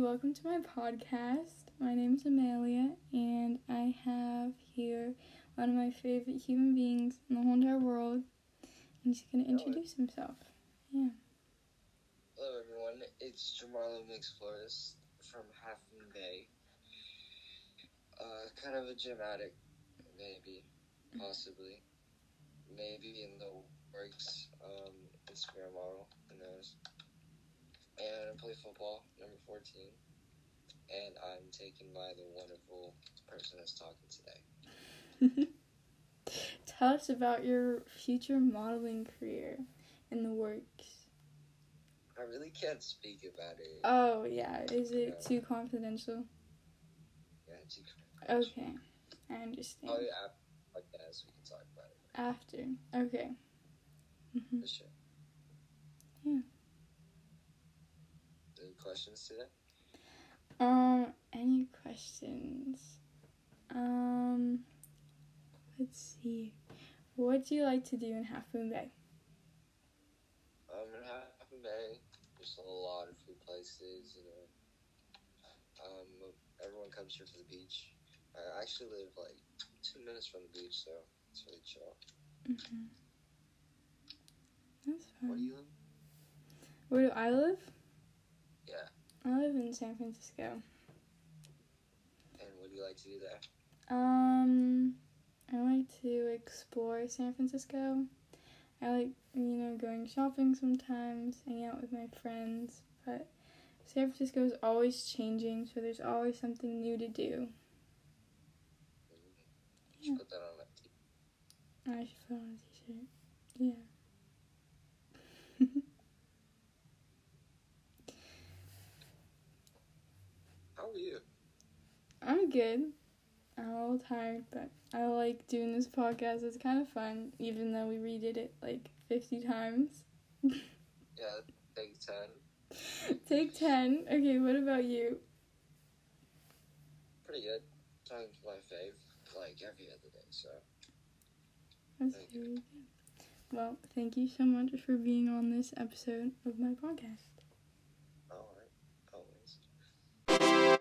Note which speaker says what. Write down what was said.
Speaker 1: welcome to my podcast. My name's Amelia, and I have here one of my favorite human beings in the whole entire world, and he's gonna
Speaker 2: Hello.
Speaker 1: introduce himself.
Speaker 2: Hello everyone, it's Jamalo Mixflores from Half Moon Bay. Uh, kind of a gym addict, maybe, possibly, maybe in the works. Um, Instagram model, who knows? And I play football, number fourteen, and I'm taken by the wonderful person that's talking today.
Speaker 1: Tell us about your future modeling career in the works.
Speaker 2: I really can't speak about it.
Speaker 1: Oh yeah, is it too confidential?
Speaker 2: yeah, it's
Speaker 1: Okay, I
Speaker 2: Oh
Speaker 1: understand.
Speaker 2: yeah, podcast. We can talk about it
Speaker 1: After, okay. Mhm.
Speaker 2: for sure.
Speaker 1: Yeah.
Speaker 2: Any questions today?
Speaker 1: Um, any questions? Um, let's see. What do you like to do in Half Moon Bay?
Speaker 2: Um, in Half Bay, there's a lot of food places, you know. Um, everyone comes here for the beach. I actually live like two minutes from the beach, so it's really chill.
Speaker 1: hmm That's
Speaker 2: Where do
Speaker 1: fun.
Speaker 2: you live?
Speaker 1: Where do I live?
Speaker 2: Yeah.
Speaker 1: I live in San Francisco.
Speaker 2: And what do you like to do there?
Speaker 1: Um, I like to explore San Francisco. I like, you know, going shopping sometimes, hanging out with my friends, but San Francisco is always changing, so there's always something new to do.
Speaker 2: Mm, You should
Speaker 1: Yeah.
Speaker 2: put that on my t-
Speaker 1: I should put on a t-shirt. Yeah.
Speaker 2: How are you?
Speaker 1: I'm good. I'm a little tired, but I like doing this podcast. It's kind of fun, even though we redid it like 50 times.
Speaker 2: Yeah, take 10.
Speaker 1: Take 10. Okay, what about you?
Speaker 2: Pretty good. Time's my fave, like every other day, so.
Speaker 1: That's
Speaker 2: Thank you.
Speaker 1: really good. Well, thank you so much for being on this episode of my podcast.